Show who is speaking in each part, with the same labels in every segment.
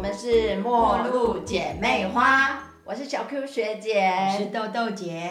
Speaker 1: 们是末路姐妹花，我是小 Q 学
Speaker 2: 我是
Speaker 1: 姐。
Speaker 2: 哎豆豆姐。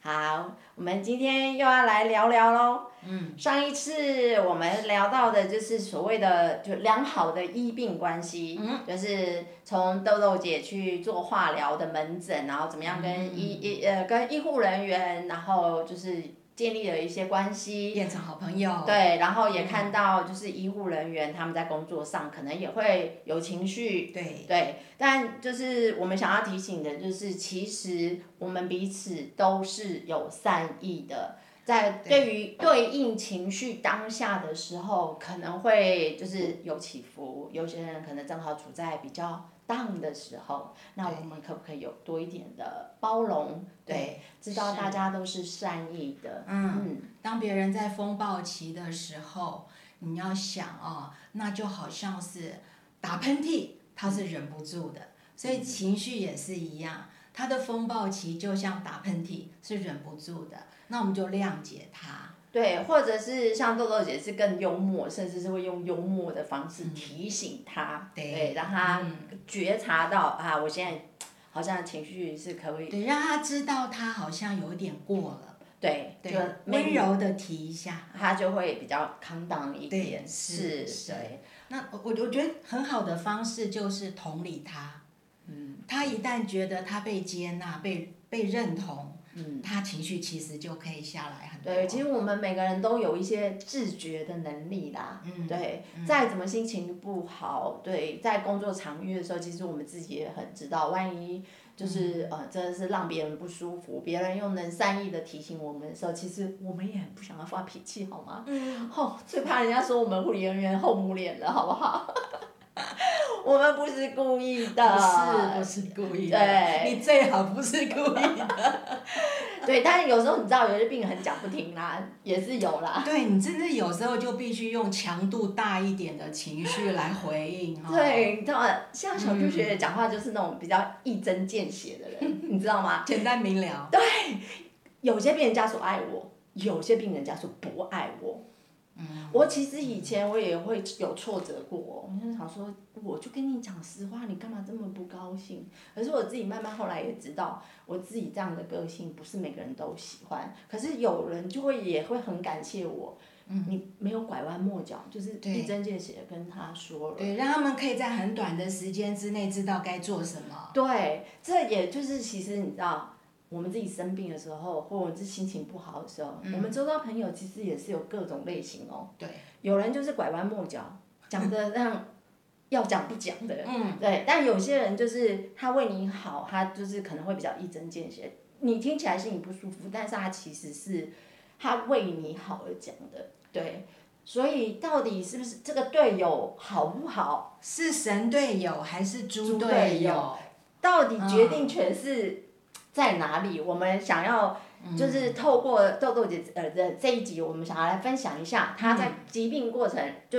Speaker 1: 好，我们今天又要来聊聊喽。
Speaker 2: 嗯，
Speaker 1: 上一次我们聊到的就是所谓的就良好的医病关系，
Speaker 2: 嗯
Speaker 1: 就是从豆豆姐去做化疗的门诊，然后怎么样跟医医、呃跟医护人员，然后就是建立了一些关系，
Speaker 2: 变成好朋友。
Speaker 1: 对，然后也看到就是医护人员他们在工作上可能也会有情绪，
Speaker 2: 对，
Speaker 1: 对，但就是我们想要提醒的，就是其实我们彼此都是有善意的，在对于对应情绪当下的时候，可能会就是有起伏，有些人可能正好处在比较。荡的时候，那我们可不可以有多一点的包容？对，知道
Speaker 2: 是
Speaker 1: 大家都是善意的。
Speaker 2: 嗯，当别人在风暴期的时候，你要想哦，那就好像是打喷嚏，他是忍不住的，所以情绪也是一样，他的风暴期就像打喷嚏，是忍不住的，那我们就谅解他。
Speaker 1: 对，或者是像豆豆姐是更幽默，甚至是会用幽默的方式提醒他，
Speaker 2: 嗯对嗯
Speaker 1: 对，让他觉察到、啊，我现在好像情绪是可以，
Speaker 2: 对，让他知道他好像有点过了，
Speaker 1: 对，
Speaker 2: 对
Speaker 1: 就，
Speaker 2: 温
Speaker 1: maybe
Speaker 2: 柔的提一下。
Speaker 1: 他就会比较 calm down 一
Speaker 2: 对
Speaker 1: 点，
Speaker 2: 是是
Speaker 1: 对，
Speaker 2: 那我我我觉得很好的方式就是同理他，嗯，他一旦觉得他被接纳、被被认同，嗯，他情绪其实就可以下来很多。
Speaker 1: 对，其实我们每个人都有一些自觉的能力啦，
Speaker 2: 嗯
Speaker 1: 对，再怎么心情不好，对，在工作场域的时候，其实我们自己也很知道，万一就是、
Speaker 2: 嗯
Speaker 1: 呃，真的是让别人不舒服，别人又能善意的提醒我们的时候，其实我们也很不想要发脾气，好吗？嗯。哦，最怕人家说我们护理人员后母脸了，好不好？ 我们不是故意的，
Speaker 2: 不是不是故意的，
Speaker 1: 对
Speaker 2: 你最好不是故意的。
Speaker 1: 对，但是有时候你知道，有些病人很讲不听啦，也是有啦。
Speaker 2: 对你真的有时候就必须用强度大一点的情绪来回应哈。
Speaker 1: 对，你知道吗？像小猪学姐讲话就是那种比较一针见血的 人，你知道吗？
Speaker 2: 简单明了。
Speaker 1: 有些病人家属爱我，有些病人家属不爱我。嗯，我其实以前我也会有挫折过，我就想说，我就跟你讲实话，你干嘛这么不高兴？可是我自己慢慢后来也知道，我自己这样的个性不是每个人都喜欢，可是有人就会也会很感谢我，嗯、你没有拐弯抹角，就是
Speaker 2: 对
Speaker 1: 一针见血的跟他说了。
Speaker 2: 对，让他们可以在很短的时间之内知道该做什么。
Speaker 1: 对，这也就是其实你知道，我们自己生病的时候，或我们是心情不好的时候，我们周遭朋友其实也是有各种类型哦。
Speaker 2: 嗯对，
Speaker 1: 有人就是拐弯抹角，讲 的让要讲不讲的，
Speaker 2: 嗯，
Speaker 1: 对。但有些人就是他为你好，他就是可能会比较一针见血。你听起来是你不舒服，但是他其实是他为你好而讲的，对。所以到底是不是这个队友好不好？
Speaker 2: 是神队友还是猪
Speaker 1: 猪队
Speaker 2: 队
Speaker 1: 友
Speaker 2: 友？
Speaker 1: 到底决定权是在哪里？我们想要就是透过豆豆姐呃的这一集，我们想要来分享一下她在疾病过程、就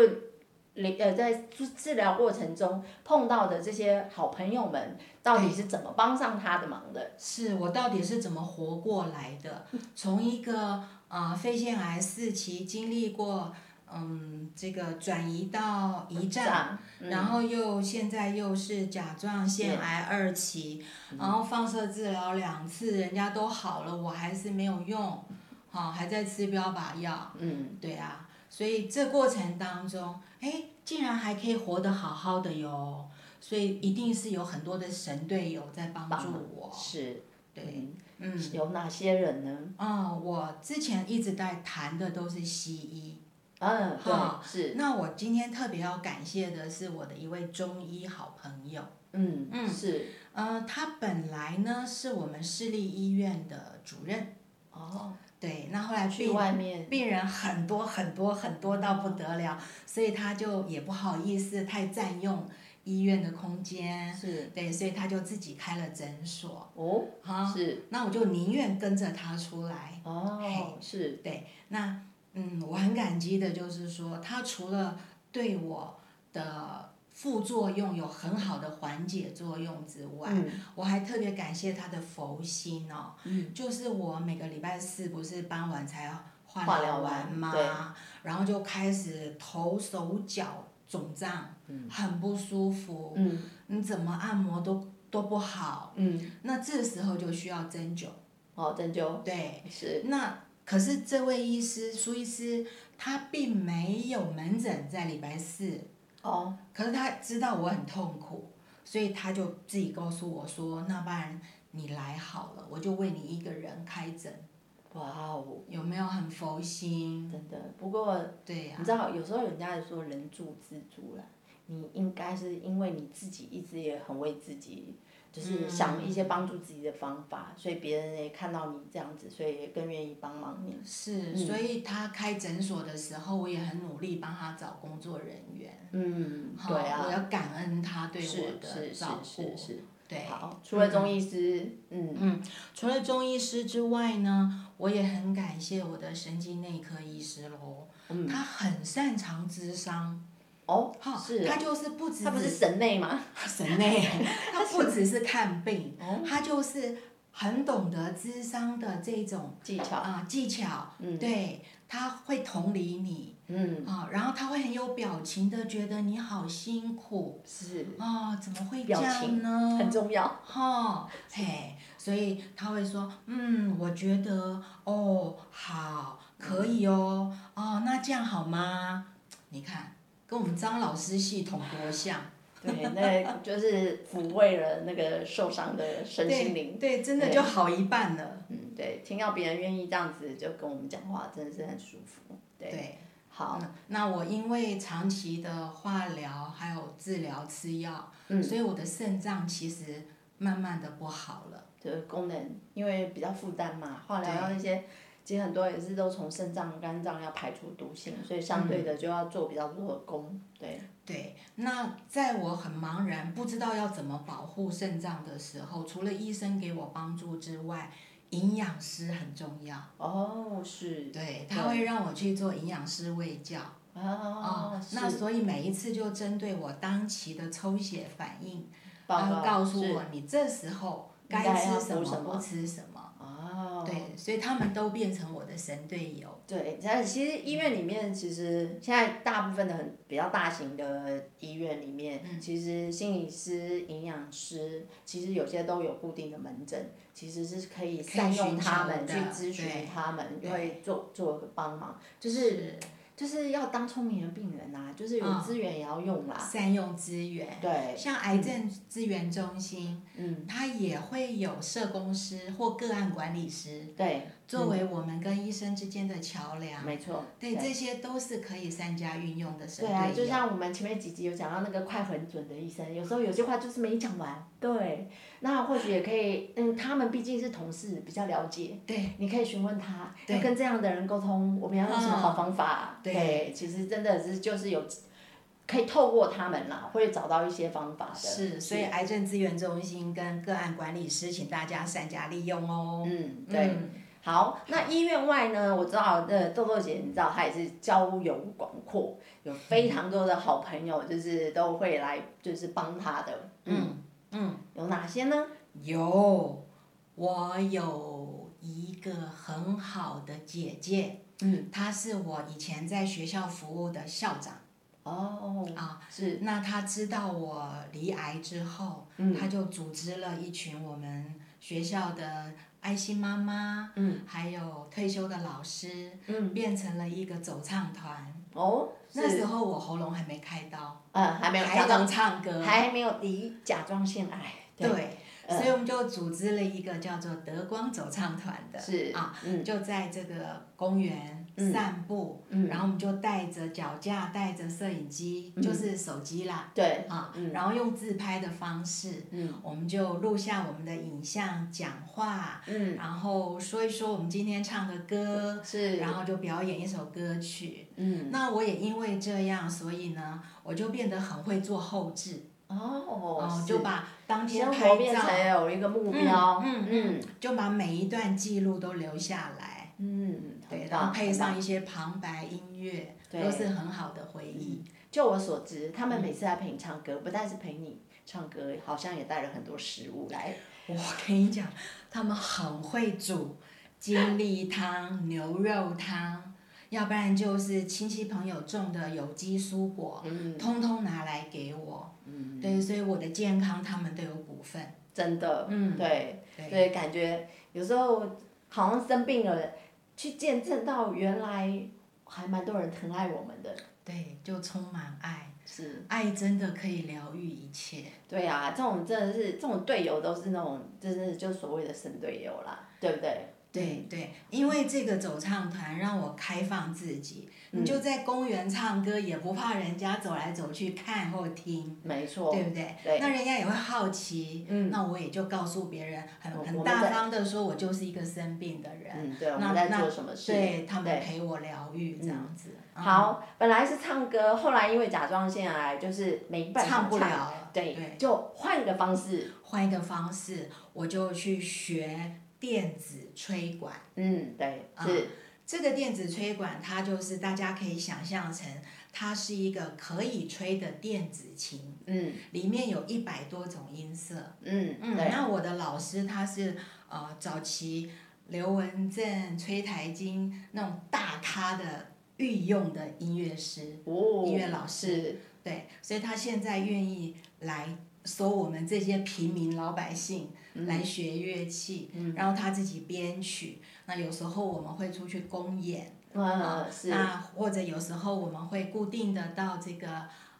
Speaker 1: 临呃在治治疗过程中碰到的这些好朋友们，到底是怎么帮上她的忙的？
Speaker 2: 是我到底是怎么活过来的？从一个呃肺腺癌四期经历过，嗯，这个转移到胰
Speaker 1: 哎哦这
Speaker 2: 脏，
Speaker 1: 样，
Speaker 2: 然后又现在又是甲状腺癌二期，然后放射治疗两次，人家都好了，我还是没有用，好、还在吃标靶药，
Speaker 1: 嗯，
Speaker 2: 对啊，所以这过程当中，哎，竟然还可以活得好好的哟，所以一定是有很多的神队友在帮助我，
Speaker 1: 是
Speaker 2: 对。
Speaker 1: 嗯，有哪些人呢？
Speaker 2: 嗯，我之前一直在谈的都是西医，
Speaker 1: 嗯，
Speaker 2: 哈
Speaker 1: 对，是，
Speaker 2: 那我今天特别要感谢的是我的一位中医好朋友，
Speaker 1: 嗯嗯是，
Speaker 2: 呃，他本来呢是我们市立医院的主任，
Speaker 1: 哦，
Speaker 2: 对，那后来
Speaker 1: 去
Speaker 2: 病
Speaker 1: 外面，
Speaker 2: 病人很多很多很多到不得了，所以他就也不好意思太占用医院的空间，
Speaker 1: 是
Speaker 2: 对，所以他就自己开了诊所，
Speaker 1: 哦，
Speaker 2: 哈，
Speaker 1: 是
Speaker 2: 那我就宁愿跟着他出来。
Speaker 1: 哦，是
Speaker 2: 对，那嗯，我很感激的就是说，他除了对我的副作用有很好的缓解作用之外，我还特别感谢他的佛心哦，嗯、就是我每个礼拜四不是傍晚才
Speaker 1: 化
Speaker 2: 化
Speaker 1: 疗
Speaker 2: 疗
Speaker 1: 完
Speaker 2: 完吗？然后就开始头手脚肿胀，很不舒服，
Speaker 1: 嗯
Speaker 2: 你怎么按摩都都不好，
Speaker 1: 嗯，
Speaker 2: 那这时候就需要针灸。
Speaker 1: 哦，针灸
Speaker 2: 对，
Speaker 1: 是，
Speaker 2: 那可是这位医师苏医师他并没有门诊在礼拜四，
Speaker 1: 哦，
Speaker 2: 可是他知道我很痛苦，所以他就自己告诉我说，那不然你来好了，我就为你一个人开诊，
Speaker 1: 哇哦，
Speaker 2: 有没有很佛心？
Speaker 1: 真的。不过
Speaker 2: 对啊呀、
Speaker 1: 你知道，有时候人家说人助自助啦，你应该是因为你自己一直也很为自己，
Speaker 2: 嗯
Speaker 1: 就是想一些帮助自己的方法，所以别人也看到你这样子，所以也更愿意帮忙你。啊
Speaker 2: 是，所以他开诊所的时候，我也很努力帮他找工作人员。
Speaker 1: 嗯，
Speaker 2: 好
Speaker 1: 对啊，
Speaker 2: 我要感恩他对
Speaker 1: 是
Speaker 2: 我的
Speaker 1: 是是
Speaker 2: 照顾。
Speaker 1: 是是，
Speaker 2: 对，
Speaker 1: 好，除了中医师，嗯，
Speaker 2: 除了中医师之外呢，我也很感谢我的神经内科医师喽，
Speaker 1: 嗯
Speaker 2: 他很擅长咨商。
Speaker 1: 哦
Speaker 2: 哈，，
Speaker 1: 是
Speaker 2: 他
Speaker 1: 啊，
Speaker 2: 就是不只
Speaker 1: 他不是 神内哦吗？
Speaker 2: 神内， 他不只是看病，他就是很懂得咨商的这种
Speaker 1: 技巧，
Speaker 2: 啊、技巧，对，他会同理你，
Speaker 1: 嗯，
Speaker 2: 啊，然后他会很有表情的觉得你好辛苦
Speaker 1: 是
Speaker 2: 啊、怎么会这
Speaker 1: 表
Speaker 2: 样
Speaker 1: 情
Speaker 2: 呢？
Speaker 1: 很重要，
Speaker 2: 哦，嘿，所以他会说，嗯，我觉得，哦，好，可以哦，哦，那这样好吗？你看，跟我们张老师系统多像，
Speaker 1: 对，那就是抚慰了那个受伤的身心灵。
Speaker 2: 对，真的就好一半了。
Speaker 1: 嗯，对，听到别人愿意这样子就跟我们讲话，真的是很舒服。对，
Speaker 2: 对，
Speaker 1: 好，
Speaker 2: 嗯那我因为长期的化疗还有治疗吃药，
Speaker 1: 嗯
Speaker 2: 所以我的肾脏其实慢慢的不好了。
Speaker 1: 就是功能，因为比较负担嘛，化疗药那些，其实很多也是都从肾脏、肝脏要排除毒性，所以相对的
Speaker 2: 嗯
Speaker 1: 就要做比较多的功。对，
Speaker 2: 对，那在我很茫然不知道要怎么保护肾脏的时候，除了医生给我帮助之外，营养师很重要。
Speaker 1: 哦，是，
Speaker 2: 对，他会让我去做营养师卫教。啊
Speaker 1: 哦，是
Speaker 2: 那所以每一次就针对我当期的抽血反应，
Speaker 1: 报
Speaker 2: 然
Speaker 1: 告
Speaker 2: 后告诉
Speaker 1: 是
Speaker 2: 我你这时候
Speaker 1: 应
Speaker 2: 该
Speaker 1: 该要
Speaker 2: 吃
Speaker 1: 补
Speaker 2: 什
Speaker 1: 什么
Speaker 2: 不吃什么。
Speaker 1: 哦，
Speaker 2: 对，所以他们都变成我的神队友。
Speaker 1: 对，但其实医院里面，其实现在大部分的很比较大型的医院里面，
Speaker 2: 嗯
Speaker 1: 其实心理师、营养师，其实有些都有固定的门诊，其实是可以
Speaker 2: 可以
Speaker 1: 善用
Speaker 2: 寻
Speaker 1: 他
Speaker 2: 求
Speaker 1: 们
Speaker 2: 的
Speaker 1: 去咨询
Speaker 2: 对
Speaker 1: 他们，
Speaker 2: 对
Speaker 1: 会做做个帮忙，就是就是要当聪明的病人呐、就是有
Speaker 2: 嗯
Speaker 1: 资源也要用啦，
Speaker 2: 善用资源。
Speaker 1: 对，
Speaker 2: 像癌症资源中心，嗯，它也会有社工师或个案管理师，
Speaker 1: 对，
Speaker 2: 作为我们跟医生之间的桥梁。
Speaker 1: 没错，
Speaker 2: 对，啊这些都是可以善加运用的神
Speaker 1: 对啊，
Speaker 2: 队
Speaker 1: 就
Speaker 2: 友。
Speaker 1: 像我们前面几集有讲到那个快很准的医生，有时候有些话就是没讲完。对，那或许也可以，嗯，他们毕竟是同事，比较了解，
Speaker 2: 对
Speaker 1: 你可以询问他，
Speaker 2: 对啊
Speaker 1: 要跟这样的人沟通，我们要用什么好方法？
Speaker 2: 对
Speaker 1: 其实真的是就是有，可以透过他们啦，会找到一些方法的。
Speaker 2: 是，所以癌症资源中心跟个案管理师，请大家善加利用哦。
Speaker 1: 嗯，对。好，那医院外呢？我知道，呃，豆豆姐，你知道她也是交友广阔，有非常多的好朋友，就是都会来，就是帮她的。嗯嗯，有哪些呢？
Speaker 2: 有，我有一个很好的姐姐，嗯，她是我以前在学校服务的校长。
Speaker 1: 哦，
Speaker 2: 啊，
Speaker 1: 是
Speaker 2: 那他知道我离癌之后，
Speaker 1: 嗯
Speaker 2: 他就组织了一群我们学校的爱心妈妈，嗯，还有退休的老师，嗯，变成了一个走唱团。
Speaker 1: 哦，
Speaker 2: 那
Speaker 1: 是
Speaker 2: 时候我喉咙还没开刀，
Speaker 1: 嗯，还没有假
Speaker 2: 还
Speaker 1: 装，
Speaker 2: 能唱歌，
Speaker 1: 还没有离甲状腺癌。
Speaker 2: 对，
Speaker 1: 呃
Speaker 2: 所以我们就组织了一个叫做德光走唱团的，
Speaker 1: 是嗯
Speaker 2: 啊，就在这个公园散步，
Speaker 1: 嗯
Speaker 2: 然后我们就带着脚架，带着摄影机，就是手机啦，
Speaker 1: 对，嗯
Speaker 2: 啊，然后用自拍的方式，我们就录下我们的影像、讲话，
Speaker 1: 嗯
Speaker 2: 然后说一说我们今天唱的歌，
Speaker 1: 是，
Speaker 2: 然后就表演一首歌曲。
Speaker 1: 嗯，
Speaker 2: 那我也因为这样，所以呢，我就变得很会做后置，
Speaker 1: 哦
Speaker 2: 哦，，
Speaker 1: 是
Speaker 2: 就把当天
Speaker 1: 生
Speaker 2: 拍
Speaker 1: 活变
Speaker 2: 照，
Speaker 1: 成有一个目标。
Speaker 2: 嗯
Speaker 1: 嗯
Speaker 2: 就把每一段记录都留下来，
Speaker 1: 嗯，
Speaker 2: 对，
Speaker 1: 很
Speaker 2: 然后
Speaker 1: 棒
Speaker 2: 配
Speaker 1: 很棒
Speaker 2: 上一些旁白音乐，
Speaker 1: 对
Speaker 2: 都是很好的回忆。
Speaker 1: 就我所知，他们每次来陪你唱歌，不但是陪你唱歌，好像也带了很多食物来。
Speaker 2: 我跟你讲，他们很会煮金栗汤、牛肉汤，要不然就是亲戚朋友种的有机蔬果，通通拿来给我。对，所以我的健康他们都有股份。
Speaker 1: 嗯真的，
Speaker 2: 嗯
Speaker 1: 对，
Speaker 2: 对
Speaker 1: 所以感觉有时候好像生病了，去见证到原来还蛮多人疼爱我们的，
Speaker 2: 对，就充满爱，
Speaker 1: 是。
Speaker 2: 爱真的可以疗愈一切。
Speaker 1: 对呀、这种真的是这种队友都是那种，就是就所谓的神队友啦，对不对？
Speaker 2: 对对，因为这个走唱团让我开放自己，你就在公园唱歌，也不怕人家走来走去看或听，
Speaker 1: 没错，
Speaker 2: 对不对？
Speaker 1: 对
Speaker 2: 那人家也会好奇，
Speaker 1: 嗯
Speaker 2: 那我也就告诉别人，很
Speaker 1: 我
Speaker 2: 很
Speaker 1: 我们在
Speaker 2: 大方的说，我就是一个生病的人，
Speaker 1: 嗯，对，我
Speaker 2: 那
Speaker 1: 们在
Speaker 2: 那
Speaker 1: 做什么事？
Speaker 2: 对他们
Speaker 1: 对
Speaker 2: 陪我疗愈这样子。嗯，
Speaker 1: 好，本来是唱歌，后来因为甲状腺癌，就是没办法
Speaker 2: 唱不了了
Speaker 1: 对，
Speaker 2: 对
Speaker 1: 就换个方式，
Speaker 2: 换一个方式，我就去学电子吹管。
Speaker 1: 嗯，对，
Speaker 2: 啊
Speaker 1: 是，
Speaker 2: 这个电子吹管，它就是大家可以想象成，它是一个可以吹的电子琴，
Speaker 1: 嗯
Speaker 2: 里面有一百多种音色。
Speaker 1: 嗯，对，
Speaker 2: 那我的老师他是呃早期刘文正、崔台金那种大咖的御用的音乐师、
Speaker 1: 哦，
Speaker 2: 音乐老师，
Speaker 1: 是，
Speaker 2: 对，所以他现在愿意来收我们这些平民老百姓
Speaker 1: 嗯
Speaker 2: 来学乐器，然后他自己编曲。那有时候我们会出去公演。啊
Speaker 1: 嗯，是，
Speaker 2: 那或者有时候我们会固定的到这个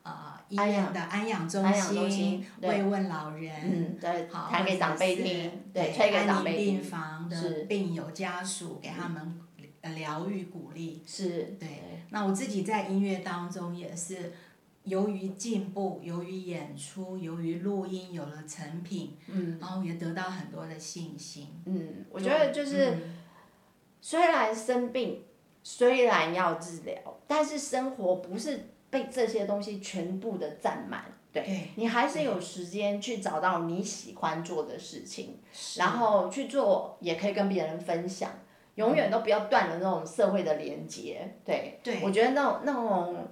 Speaker 2: 呃医
Speaker 1: 安
Speaker 2: 院的安养中
Speaker 1: 安养中
Speaker 2: 心
Speaker 1: 心对
Speaker 2: 慰问老人，
Speaker 1: 嗯，对，
Speaker 2: 好，
Speaker 1: 弹给
Speaker 2: 或者
Speaker 1: 长辈
Speaker 2: 是
Speaker 1: 听，
Speaker 2: 对，
Speaker 1: 吹给长
Speaker 2: 安宁
Speaker 1: 辈
Speaker 2: 病
Speaker 1: 听，
Speaker 2: 房的
Speaker 1: 是
Speaker 2: 病友家属给他们呃疗愈鼓励。
Speaker 1: 是，
Speaker 2: 对，那我自己在音乐当中也是。由于进步，由于演出，由于录音有了成品，嗯，然后也得到很多的信心。
Speaker 1: 嗯，我觉得就是，虽然生病，虽然要治疗，但是生活不是被这些东西全部的占满，对
Speaker 2: 嗯对，
Speaker 1: 你还是有时间去找到你喜欢做的事情，
Speaker 2: 是
Speaker 1: 然后去做，也可以跟别人分享。永远都不要断了那种社会的连接，对，
Speaker 2: 对
Speaker 1: 我觉得那种那种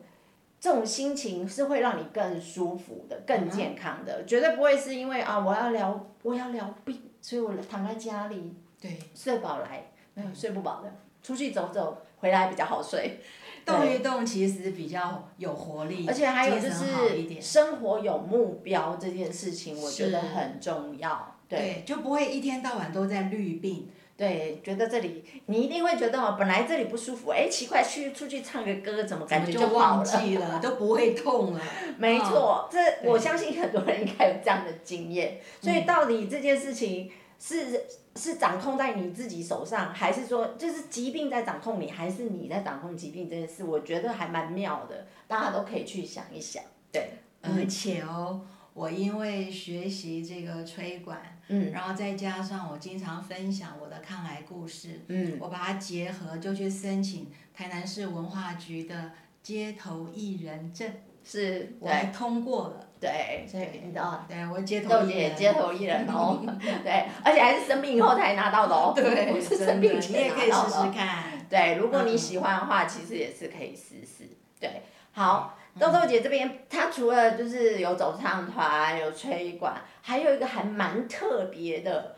Speaker 1: 这种心情是会让你更舒服的、
Speaker 2: 嗯
Speaker 1: 更健康的，绝对不会是因为啊我要疗我要疗病，所以我躺在家里
Speaker 2: 对，嗯
Speaker 1: 睡饱来，没有睡不饱的，出去走走，回来比较好睡。
Speaker 2: 动一动其实比较有活力，
Speaker 1: 而且还有就
Speaker 2: 精神好一
Speaker 1: 是
Speaker 2: 点
Speaker 1: 生活有目标这件事情，我觉得
Speaker 2: 是
Speaker 1: 很重要。对
Speaker 2: 对，就不会一天到晚都在绿病。
Speaker 1: 对，觉得这里你一定会觉得哦，本来这里不舒服，哎，奇怪，去出去唱个歌，怎么感觉
Speaker 2: 就
Speaker 1: 好
Speaker 2: 忘
Speaker 1: 了？
Speaker 2: 记了，都不会痛了。
Speaker 1: 没错，这
Speaker 2: 对嗯
Speaker 1: 我相信很多人应该有这样的经验。所以到底这件事情是是掌控在你自己手上，还是说就是疾病在掌控你，还是你在掌控疾病这件事？我觉得还蛮妙的，大家都可以去想一想。对，
Speaker 2: 而且哦，我因为学习这个吹管，
Speaker 1: 嗯
Speaker 2: 然后再加上我经常分享我的抗癌故事，
Speaker 1: 嗯，
Speaker 2: 我把它结合，就去申请台南市文化局的街头艺人证，
Speaker 1: 是，
Speaker 2: 我
Speaker 1: 对
Speaker 2: 还通过了。
Speaker 1: 对，所以你知道。
Speaker 2: 对，我街头
Speaker 1: 豆
Speaker 2: 艺
Speaker 1: 姐
Speaker 2: 人。
Speaker 1: 街头艺人 哦，对，而且还是生病以后才拿到的哦，不
Speaker 2: 对，
Speaker 1: 是
Speaker 2: 真
Speaker 1: 生
Speaker 2: 的，
Speaker 1: 病
Speaker 2: 你也
Speaker 1: 前
Speaker 2: 可
Speaker 1: 拿
Speaker 2: 以
Speaker 1: 到
Speaker 2: 试
Speaker 1: 的哦。
Speaker 2: 试 看。
Speaker 1: 对，如果
Speaker 2: 嗯
Speaker 1: 你喜欢的话，其实也是可以试试。对，好，
Speaker 2: 嗯
Speaker 1: 豆豆姐这边，她除了就是有走唱团，有吹管，还有一个还蛮特别的，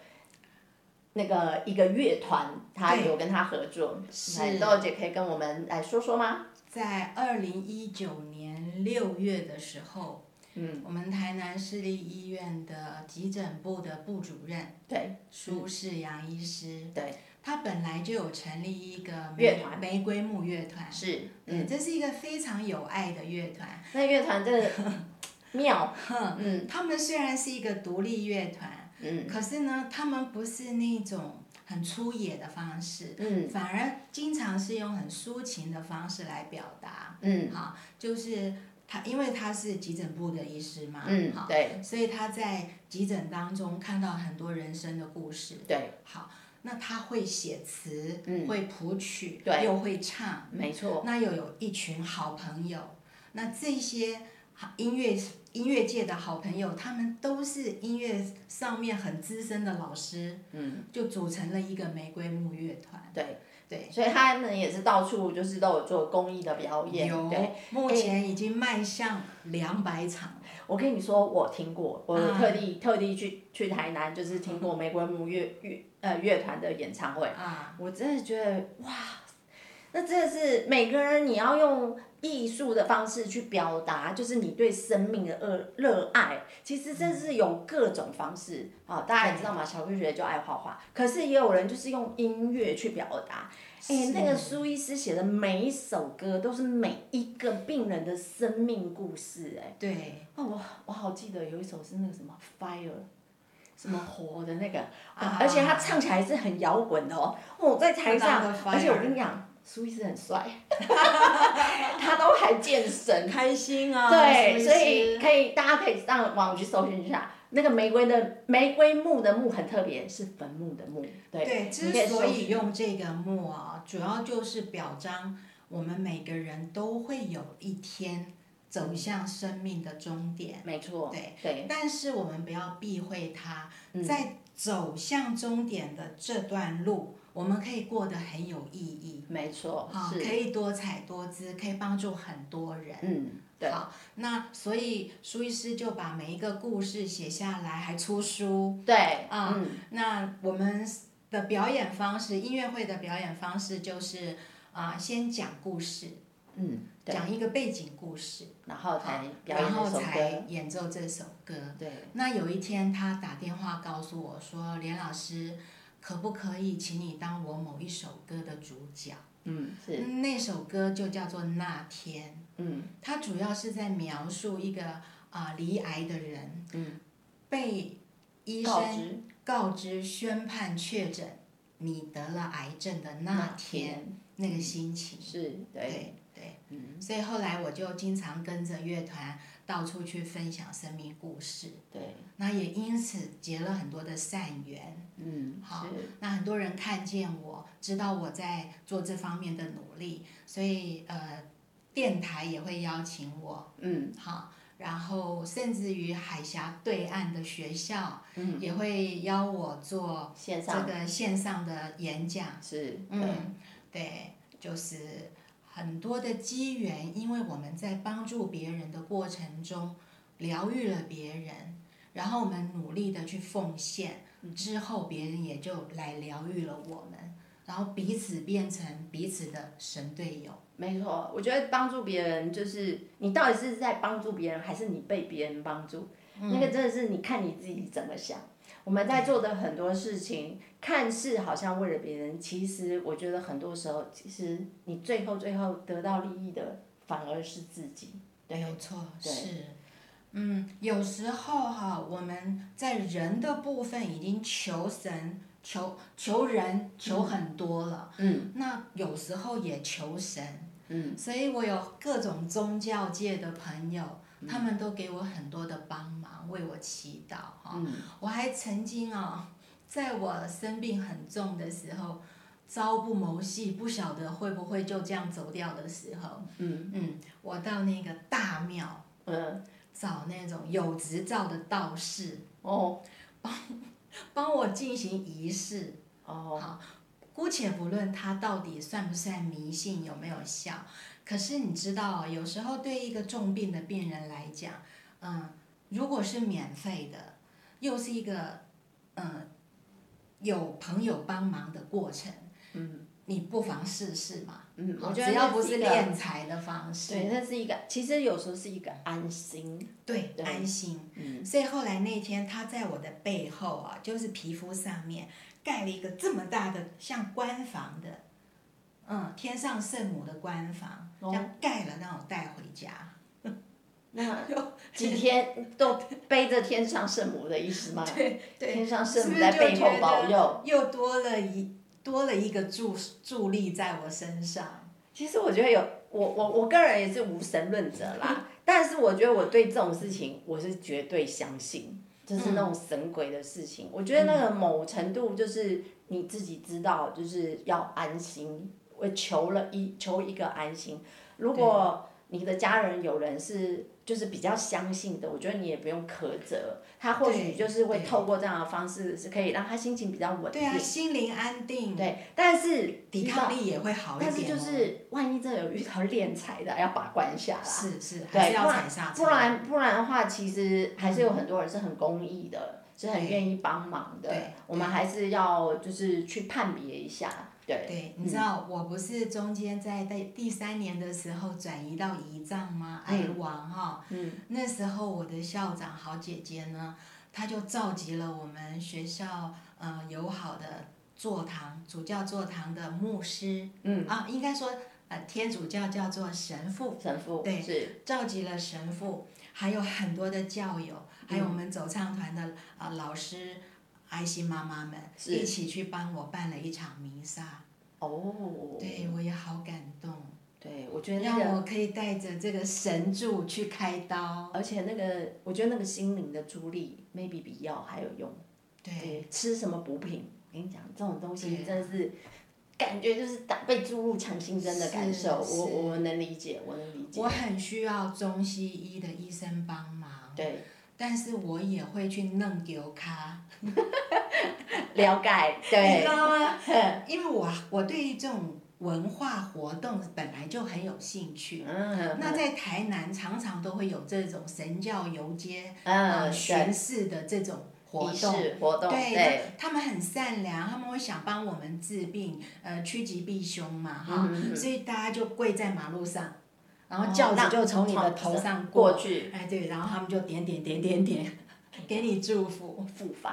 Speaker 1: 那个一个乐团，她
Speaker 2: 对
Speaker 1: 有跟她合作。
Speaker 2: 是
Speaker 1: 来豆豆姐可以跟我们来说说吗？
Speaker 2: 在二零一九年六月的时候，嗯，我们台南市立医院的急诊部的部主任
Speaker 1: 对，
Speaker 2: 苏世阳医师，
Speaker 1: 对，
Speaker 2: 他本来就有成立一个
Speaker 1: 乐
Speaker 2: 玫
Speaker 1: 团嗯
Speaker 2: 玫瑰木乐团，
Speaker 1: 是，
Speaker 2: 对，这是一个非常有爱的乐团。
Speaker 1: 那乐团真 的妙，嗯
Speaker 2: 他们虽然是一个独立乐团，
Speaker 1: 嗯
Speaker 2: 可是呢，他们不是那种很粗野的方式，
Speaker 1: 嗯
Speaker 2: 反而经常是用很抒情的方式来表达。
Speaker 1: 嗯
Speaker 2: 好，就是他，因为他是急诊部的医师嘛，
Speaker 1: 嗯
Speaker 2: 好，，
Speaker 1: 对
Speaker 2: 所以他在急诊当中看到很多人生的故事。
Speaker 1: 对，
Speaker 2: 好，那他会写词，
Speaker 1: 嗯
Speaker 2: 会谱曲，
Speaker 1: 对
Speaker 2: 又会唱，
Speaker 1: 没错，
Speaker 2: 那又有一群好朋友，那这些音乐音乐界的好朋友，他们都是音乐上面很资深的老师，嗯，就组成了一个玫瑰木乐团。
Speaker 1: 对
Speaker 2: 对，
Speaker 1: 所以他们也是到处就是都有做公益的表演，
Speaker 2: 有
Speaker 1: 对。，
Speaker 2: 目前已经迈向两百场了。
Speaker 1: 我跟你说，我听过，我有特地、特地去去台南，就是听过玫瑰木乐乐呃乐团的演唱会，
Speaker 2: 啊，
Speaker 1: 我真的觉得哇，那真的是每个人，你要用艺术的方式去表达，就是你对生命的热热爱。其实真是有各种方式啊、大家也知道嘛，小科学就爱画画，可是也有人就是用音乐去表达。哎、那个苏医师写的每一首歌都是每一个病人的生命故事、哎，
Speaker 2: 对，
Speaker 1: 哦，我我好记得有一首是那个什么 Fire，什么火的那个，啊
Speaker 2: 啊，
Speaker 1: 而且他唱起来是很摇滚的哦。我在台上
Speaker 2: 他唱的，
Speaker 1: 而且
Speaker 2: Fire
Speaker 1: 我跟你讲，苏医师很帅， 他都还健身。
Speaker 2: 开心啊，
Speaker 1: 对，
Speaker 2: 是
Speaker 1: 所
Speaker 2: 不是
Speaker 1: 以可以，大家可以上网去搜寻一下。那个玫瑰的玫瑰木的木很特别，是坟墓的墓。对，
Speaker 2: 对，之
Speaker 1: 你可以
Speaker 2: 所
Speaker 1: 搜
Speaker 2: 以
Speaker 1: 寻
Speaker 2: 用这个木啊，主要就是表彰我们每个人都会有一天走向生命的终点，
Speaker 1: 没错，
Speaker 2: 对
Speaker 1: 嗯对，
Speaker 2: 但是我们不要避讳它，
Speaker 1: 嗯
Speaker 2: 在走向终点的这段路，我们可以过得很有意义，
Speaker 1: 没错，
Speaker 2: 啊，
Speaker 1: 是，
Speaker 2: 可以多彩多姿，可以帮助很多人。
Speaker 1: 嗯，对，
Speaker 2: 好，那所以苏医师就把每一个故事写下来，还出书。
Speaker 1: 对，
Speaker 2: 啊
Speaker 1: 嗯，
Speaker 2: 那我们的表演方式，音乐会的表演方式就是啊、先讲故事，
Speaker 1: 嗯，对，
Speaker 2: 讲一个背景故事，
Speaker 1: 然后才表演那
Speaker 2: 然后
Speaker 1: 首
Speaker 2: 才
Speaker 1: 歌，
Speaker 2: 演奏这首歌。
Speaker 1: 对，
Speaker 2: 那有一天，他打电话告诉我说：“连老师，可不可以请你当我某一首歌的主角？
Speaker 1: 嗯，是，
Speaker 2: 那首歌就叫做《那天》。”
Speaker 1: 嗯
Speaker 2: 它主要是在描述一个啊、离癌的人，
Speaker 1: 嗯，
Speaker 2: 被医
Speaker 1: 告
Speaker 2: 生
Speaker 1: 知
Speaker 2: 告知宣判确诊你得了癌症的那天，那个心情。
Speaker 1: 是对，
Speaker 2: 对对，
Speaker 1: 嗯
Speaker 2: 所以后来我就经常跟着乐团到处去分享生命故事，
Speaker 1: 对，
Speaker 2: 那也因此结了很多的善缘。
Speaker 1: 嗯，
Speaker 2: 好
Speaker 1: 是，
Speaker 2: 那很多人看见我，知道我在做这方面的努力，所以呃，电台也会邀请我
Speaker 1: 嗯
Speaker 2: 好，然后甚至于海峡对岸的学校
Speaker 1: 嗯，
Speaker 2: 也会邀我做
Speaker 1: 线
Speaker 2: 这
Speaker 1: 上
Speaker 2: 个线上的演讲。
Speaker 1: 是，对，
Speaker 2: 嗯，对，就是很多的机缘，因为我们在帮助别人的过程中疗愈了别人，然后我们努力的去奉献，之后别人也就来疗愈了我们，然后彼此变成彼此的神队友。
Speaker 1: 没错。我觉得帮助别人就是你到底是在帮助别人，还是你被别人帮助？那个真的是你看你自己怎么想。我们在做的很多事情，看似好像为了别人，其实我觉得很多时候，其实你最后最后得到利益的反而是自己。对
Speaker 2: 没有错，
Speaker 1: 对
Speaker 2: 是。嗯，有时候哈、我们在人的部分已经求神、求求人、求很多了。嗯。那有时候也求神。嗯。所以我有各种宗教界的朋友，他们都给我很多的帮忙，为我祈祷哈、我还曾经啊、在我生病很重的时候，朝不谋夕，不晓得会不会就这样走掉的时候。嗯，我到那个大庙
Speaker 1: 嗯，
Speaker 2: 找那种有执照的道士
Speaker 1: 哦
Speaker 2: 帮我进行仪式。
Speaker 1: 哦，
Speaker 2: 姑且不论他到底算不算迷信，有没有效，可是你知道哦，有时候对一个重病的病人来讲，嗯，如果是免费的，又是一个嗯有朋友帮忙的过程，嗯，你不妨试试嘛。
Speaker 1: 嗯，
Speaker 2: 好
Speaker 1: 我觉得
Speaker 2: 只要不
Speaker 1: 那是
Speaker 2: 是
Speaker 1: 一个
Speaker 2: 敛财的方式，
Speaker 1: 对，那是一个，其实有时候是一个安心。
Speaker 2: 对，
Speaker 1: 对嗯
Speaker 2: 安心。所以后来那天他在我的背后啊，就是皮肤上面盖了一个这么大的像官房的，嗯，天上圣母的官房，
Speaker 1: 哦
Speaker 2: 这样盖了让我带回家。
Speaker 1: 那 几天都背着天上圣母的意思吗？
Speaker 2: 对
Speaker 1: 天上圣
Speaker 2: 是不
Speaker 1: 母
Speaker 2: 是
Speaker 1: 在
Speaker 2: 就
Speaker 1: 背后
Speaker 2: 觉
Speaker 1: 保
Speaker 2: 得
Speaker 1: 佑。
Speaker 2: 又多了一多了一个助助力在我身上。
Speaker 1: 其实我觉得有我我我个人也是无神论者
Speaker 2: 嗯
Speaker 1: 啦， 但是我觉得我对这种事情我是绝对相信，就是
Speaker 2: 嗯
Speaker 1: 那种神鬼的事情。我觉得那个某程度就是你自己知道，就是要安心，我求了一求一个安心。如果你的家人有人是就是比较相信的，我觉得你也不用苛责他，或许
Speaker 2: 对
Speaker 1: 就是会
Speaker 2: 对
Speaker 1: 透过这样的方式是可以让他心情比较稳定
Speaker 2: 对。啊，心灵安定，
Speaker 1: 对，但是
Speaker 2: 抵抗力也会好一
Speaker 1: 但
Speaker 2: 点、
Speaker 1: 是
Speaker 2: 哦。
Speaker 1: 就是万一真的有遇到敛财的，要把关下啦。
Speaker 2: 是是，还
Speaker 1: 对，
Speaker 2: 是
Speaker 1: 不
Speaker 2: 要
Speaker 1: 然
Speaker 2: 踩刹车。
Speaker 1: 不然不然的话，其实还是有很多人是很公益的，是很愿意帮忙的
Speaker 2: 嗯对。
Speaker 1: 我们还是要就是去判别一下，对，嗯
Speaker 2: 对，你知道我不是中间在第第三年的时候转移到胰脏吗？癌王哈、
Speaker 1: 嗯，
Speaker 2: 那时候我的校长好姐姐呢，她就召集了我们学校呃友好的座堂主教座堂的牧师，
Speaker 1: 嗯
Speaker 2: 啊，应该说呃天主教叫做神父，
Speaker 1: 神父
Speaker 2: 对
Speaker 1: 是，
Speaker 2: 召集了神父，还有很多的教友，还有
Speaker 1: 嗯
Speaker 2: 我们走唱团的啊、呃老师。爱心妈妈们
Speaker 1: 是
Speaker 2: 一起去帮我办了一场弥撒，
Speaker 1: 哦，
Speaker 2: 对，我也好感动，
Speaker 1: 对，我觉得那
Speaker 2: 让
Speaker 1: 个
Speaker 2: 我可以带着这个神柱去开刀。
Speaker 1: 而且那个，我觉得那个心灵的助力，maybe 比药还有用。
Speaker 2: 对，
Speaker 1: 吃什么补品，跟你讲，这种东
Speaker 2: 对啊
Speaker 1: 西真的是，感觉就是打被注入强心针的感受。
Speaker 2: 是
Speaker 1: 我
Speaker 2: 是
Speaker 1: 我能理解，我能理解。
Speaker 2: 我很需要中西医的医生帮忙，
Speaker 1: 对，
Speaker 2: 但是我也会去弄丢咖，
Speaker 1: 了解，
Speaker 2: 你知
Speaker 1: 对，
Speaker 2: 道吗？因为我我对于这种文化活动本来就很有兴趣。
Speaker 1: 嗯，
Speaker 2: 那在台南常常都会有这种神教游街、呃
Speaker 1: 嗯，
Speaker 2: 巡
Speaker 1: 对，
Speaker 2: 视的这种活
Speaker 1: 仪
Speaker 2: 动。
Speaker 1: 式活动，
Speaker 2: 对，
Speaker 1: 对，
Speaker 2: 那他们很善良，他们会想帮我们治病，呃，趋吉避凶嘛，哈、
Speaker 1: 嗯嗯
Speaker 2: 所以大家就跪在马路上，然后
Speaker 1: 哦
Speaker 2: 轿子
Speaker 1: 那
Speaker 2: 就从你的头
Speaker 1: 从
Speaker 2: 上
Speaker 1: 过
Speaker 2: 过，
Speaker 1: 去
Speaker 2: 哎，对，然后他们就点点点点点， 给你祝福。
Speaker 1: 复发，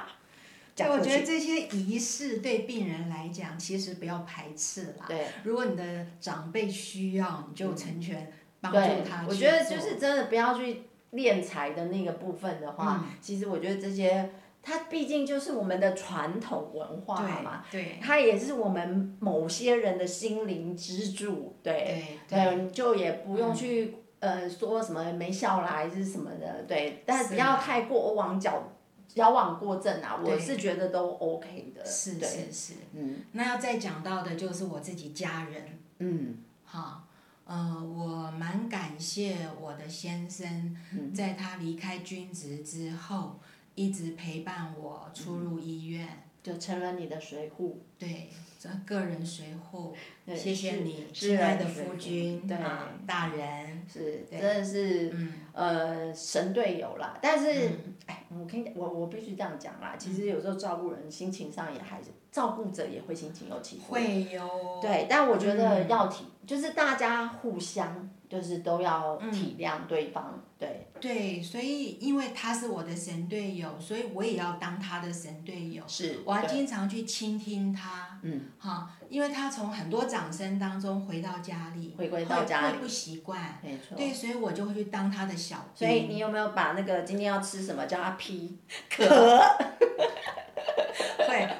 Speaker 2: 对，
Speaker 1: 讲
Speaker 2: 我
Speaker 1: 过
Speaker 2: 觉
Speaker 1: 去，
Speaker 2: 得这些仪式对病人来讲，其实不要排斥啦。
Speaker 1: 对。
Speaker 2: 如果你的长辈需要，你就成全帮助
Speaker 1: 对
Speaker 2: 他，去
Speaker 1: 我觉得
Speaker 2: 做
Speaker 1: 就是真的不要去敛财的那个部分的话，
Speaker 2: 嗯
Speaker 1: 其实我觉得这些，它毕竟就是我们的传统文化嘛，
Speaker 2: 对对
Speaker 1: 它也是我们某些人的心灵支柱，对，
Speaker 2: 对
Speaker 1: 对，你就也不用去、呃说什么没笑啦还是什么的，对，但是不要太过往矫矫枉过正啊，
Speaker 2: 对
Speaker 1: 我是觉得都 OK 的，
Speaker 2: 是
Speaker 1: 对，
Speaker 2: 是是，
Speaker 1: 嗯
Speaker 2: 那要再讲到的就是我自己家人。
Speaker 1: 嗯
Speaker 2: 哈，呃，我蛮感谢我的先生，
Speaker 1: 嗯
Speaker 2: 在他离开军职之后，一直陪伴我
Speaker 1: 嗯
Speaker 2: 出入医院，
Speaker 1: 就成了你的水壶，
Speaker 2: 对，这个人随护，
Speaker 1: 对
Speaker 2: 谢谢
Speaker 1: 是
Speaker 2: 你，
Speaker 1: 是
Speaker 2: 亲爱
Speaker 1: 人
Speaker 2: 的
Speaker 1: 随
Speaker 2: 夫
Speaker 1: 护
Speaker 2: 君，
Speaker 1: 对
Speaker 2: 啊，大人，
Speaker 1: 是，
Speaker 2: 对
Speaker 1: 真的是，
Speaker 2: 嗯
Speaker 1: 呃，神队友啦。但是，
Speaker 2: 嗯
Speaker 1: 哎、我跟你讲，我我必须这样讲啦。其实有时候照顾人心情上也还是，照顾者也会心情有起伏。
Speaker 2: 会哟，
Speaker 1: 对，但我觉得
Speaker 2: 嗯
Speaker 1: 要体，就是大家互相，就是都要
Speaker 2: 嗯
Speaker 1: 体谅对方。对，
Speaker 2: 对，所以因为他是我的神队友，所以我也要当他的神队友。
Speaker 1: 是
Speaker 2: 我还
Speaker 1: 对
Speaker 2: 经常去倾听他，
Speaker 1: 嗯，
Speaker 2: 哈，因为他从很多掌声当中回到家里，
Speaker 1: 回归到家
Speaker 2: 会
Speaker 1: 里
Speaker 2: 会不习惯，
Speaker 1: 没错。
Speaker 2: 对，所以我就会去当他的小
Speaker 1: 所
Speaker 2: 兵，
Speaker 1: 以你有没有把那个今天要吃什么叫他 批？
Speaker 2: 会，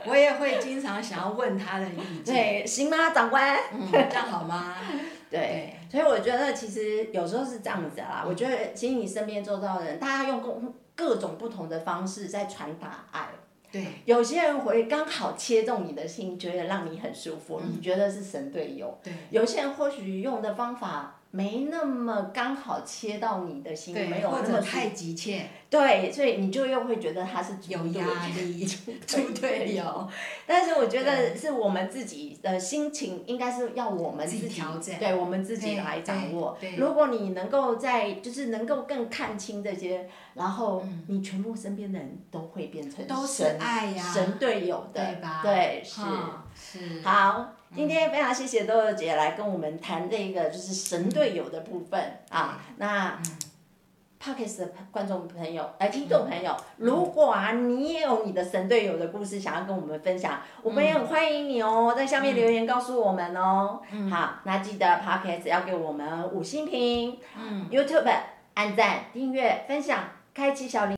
Speaker 2: 我也会经常想要问他的意见，
Speaker 1: 对，行吗，长 官？
Speaker 2: 嗯，这样好吗？
Speaker 1: 哎 对，所以我觉得其实有时候是这样子啦。我觉得其实你身边周遭的人，大家用各各种不同的方式在传达爱。
Speaker 2: 对，
Speaker 1: 有些人会刚好切中你的心，觉得让你很舒服，
Speaker 2: 嗯
Speaker 1: 你觉得是神队友。
Speaker 2: 对，
Speaker 1: 有些人或许用的方法没那么刚好切到你的心，没
Speaker 2: 对，
Speaker 1: 有
Speaker 2: 或
Speaker 1: 那么
Speaker 2: 者
Speaker 1: 舒
Speaker 2: 太急切，
Speaker 1: 对，所以你就又会觉得他是
Speaker 2: 有压 力， 猪队友，
Speaker 1: 但是我觉得是我们自己的心情，应该是要我们
Speaker 2: 自
Speaker 1: 自
Speaker 2: 己
Speaker 1: 己
Speaker 2: 调整
Speaker 1: 对我们自己来掌握
Speaker 2: 对对。对
Speaker 1: 如果你能够在就是能够更看清这些，然后你全部身边的人都会变成
Speaker 2: 嗯都是
Speaker 1: 神
Speaker 2: 爱呀，
Speaker 1: 神队友的，
Speaker 2: 对吧？
Speaker 1: 对，是。
Speaker 2: 哈是，
Speaker 1: 好，今天非常谢谢豆豆姐来跟我们谈这个就是神队友的部分啊。那 p o c k e t 的观众朋友，哎，听众朋友，如果啊你也有你的神队友的故事想要跟我们分享，我们也很欢迎你哦，在下面留言告诉我们哦。好，那记得 p o c k e t 要给我们五星评
Speaker 2: 嗯，
Speaker 1: ，YouTube 按赞、订阅、分享、开启小铃。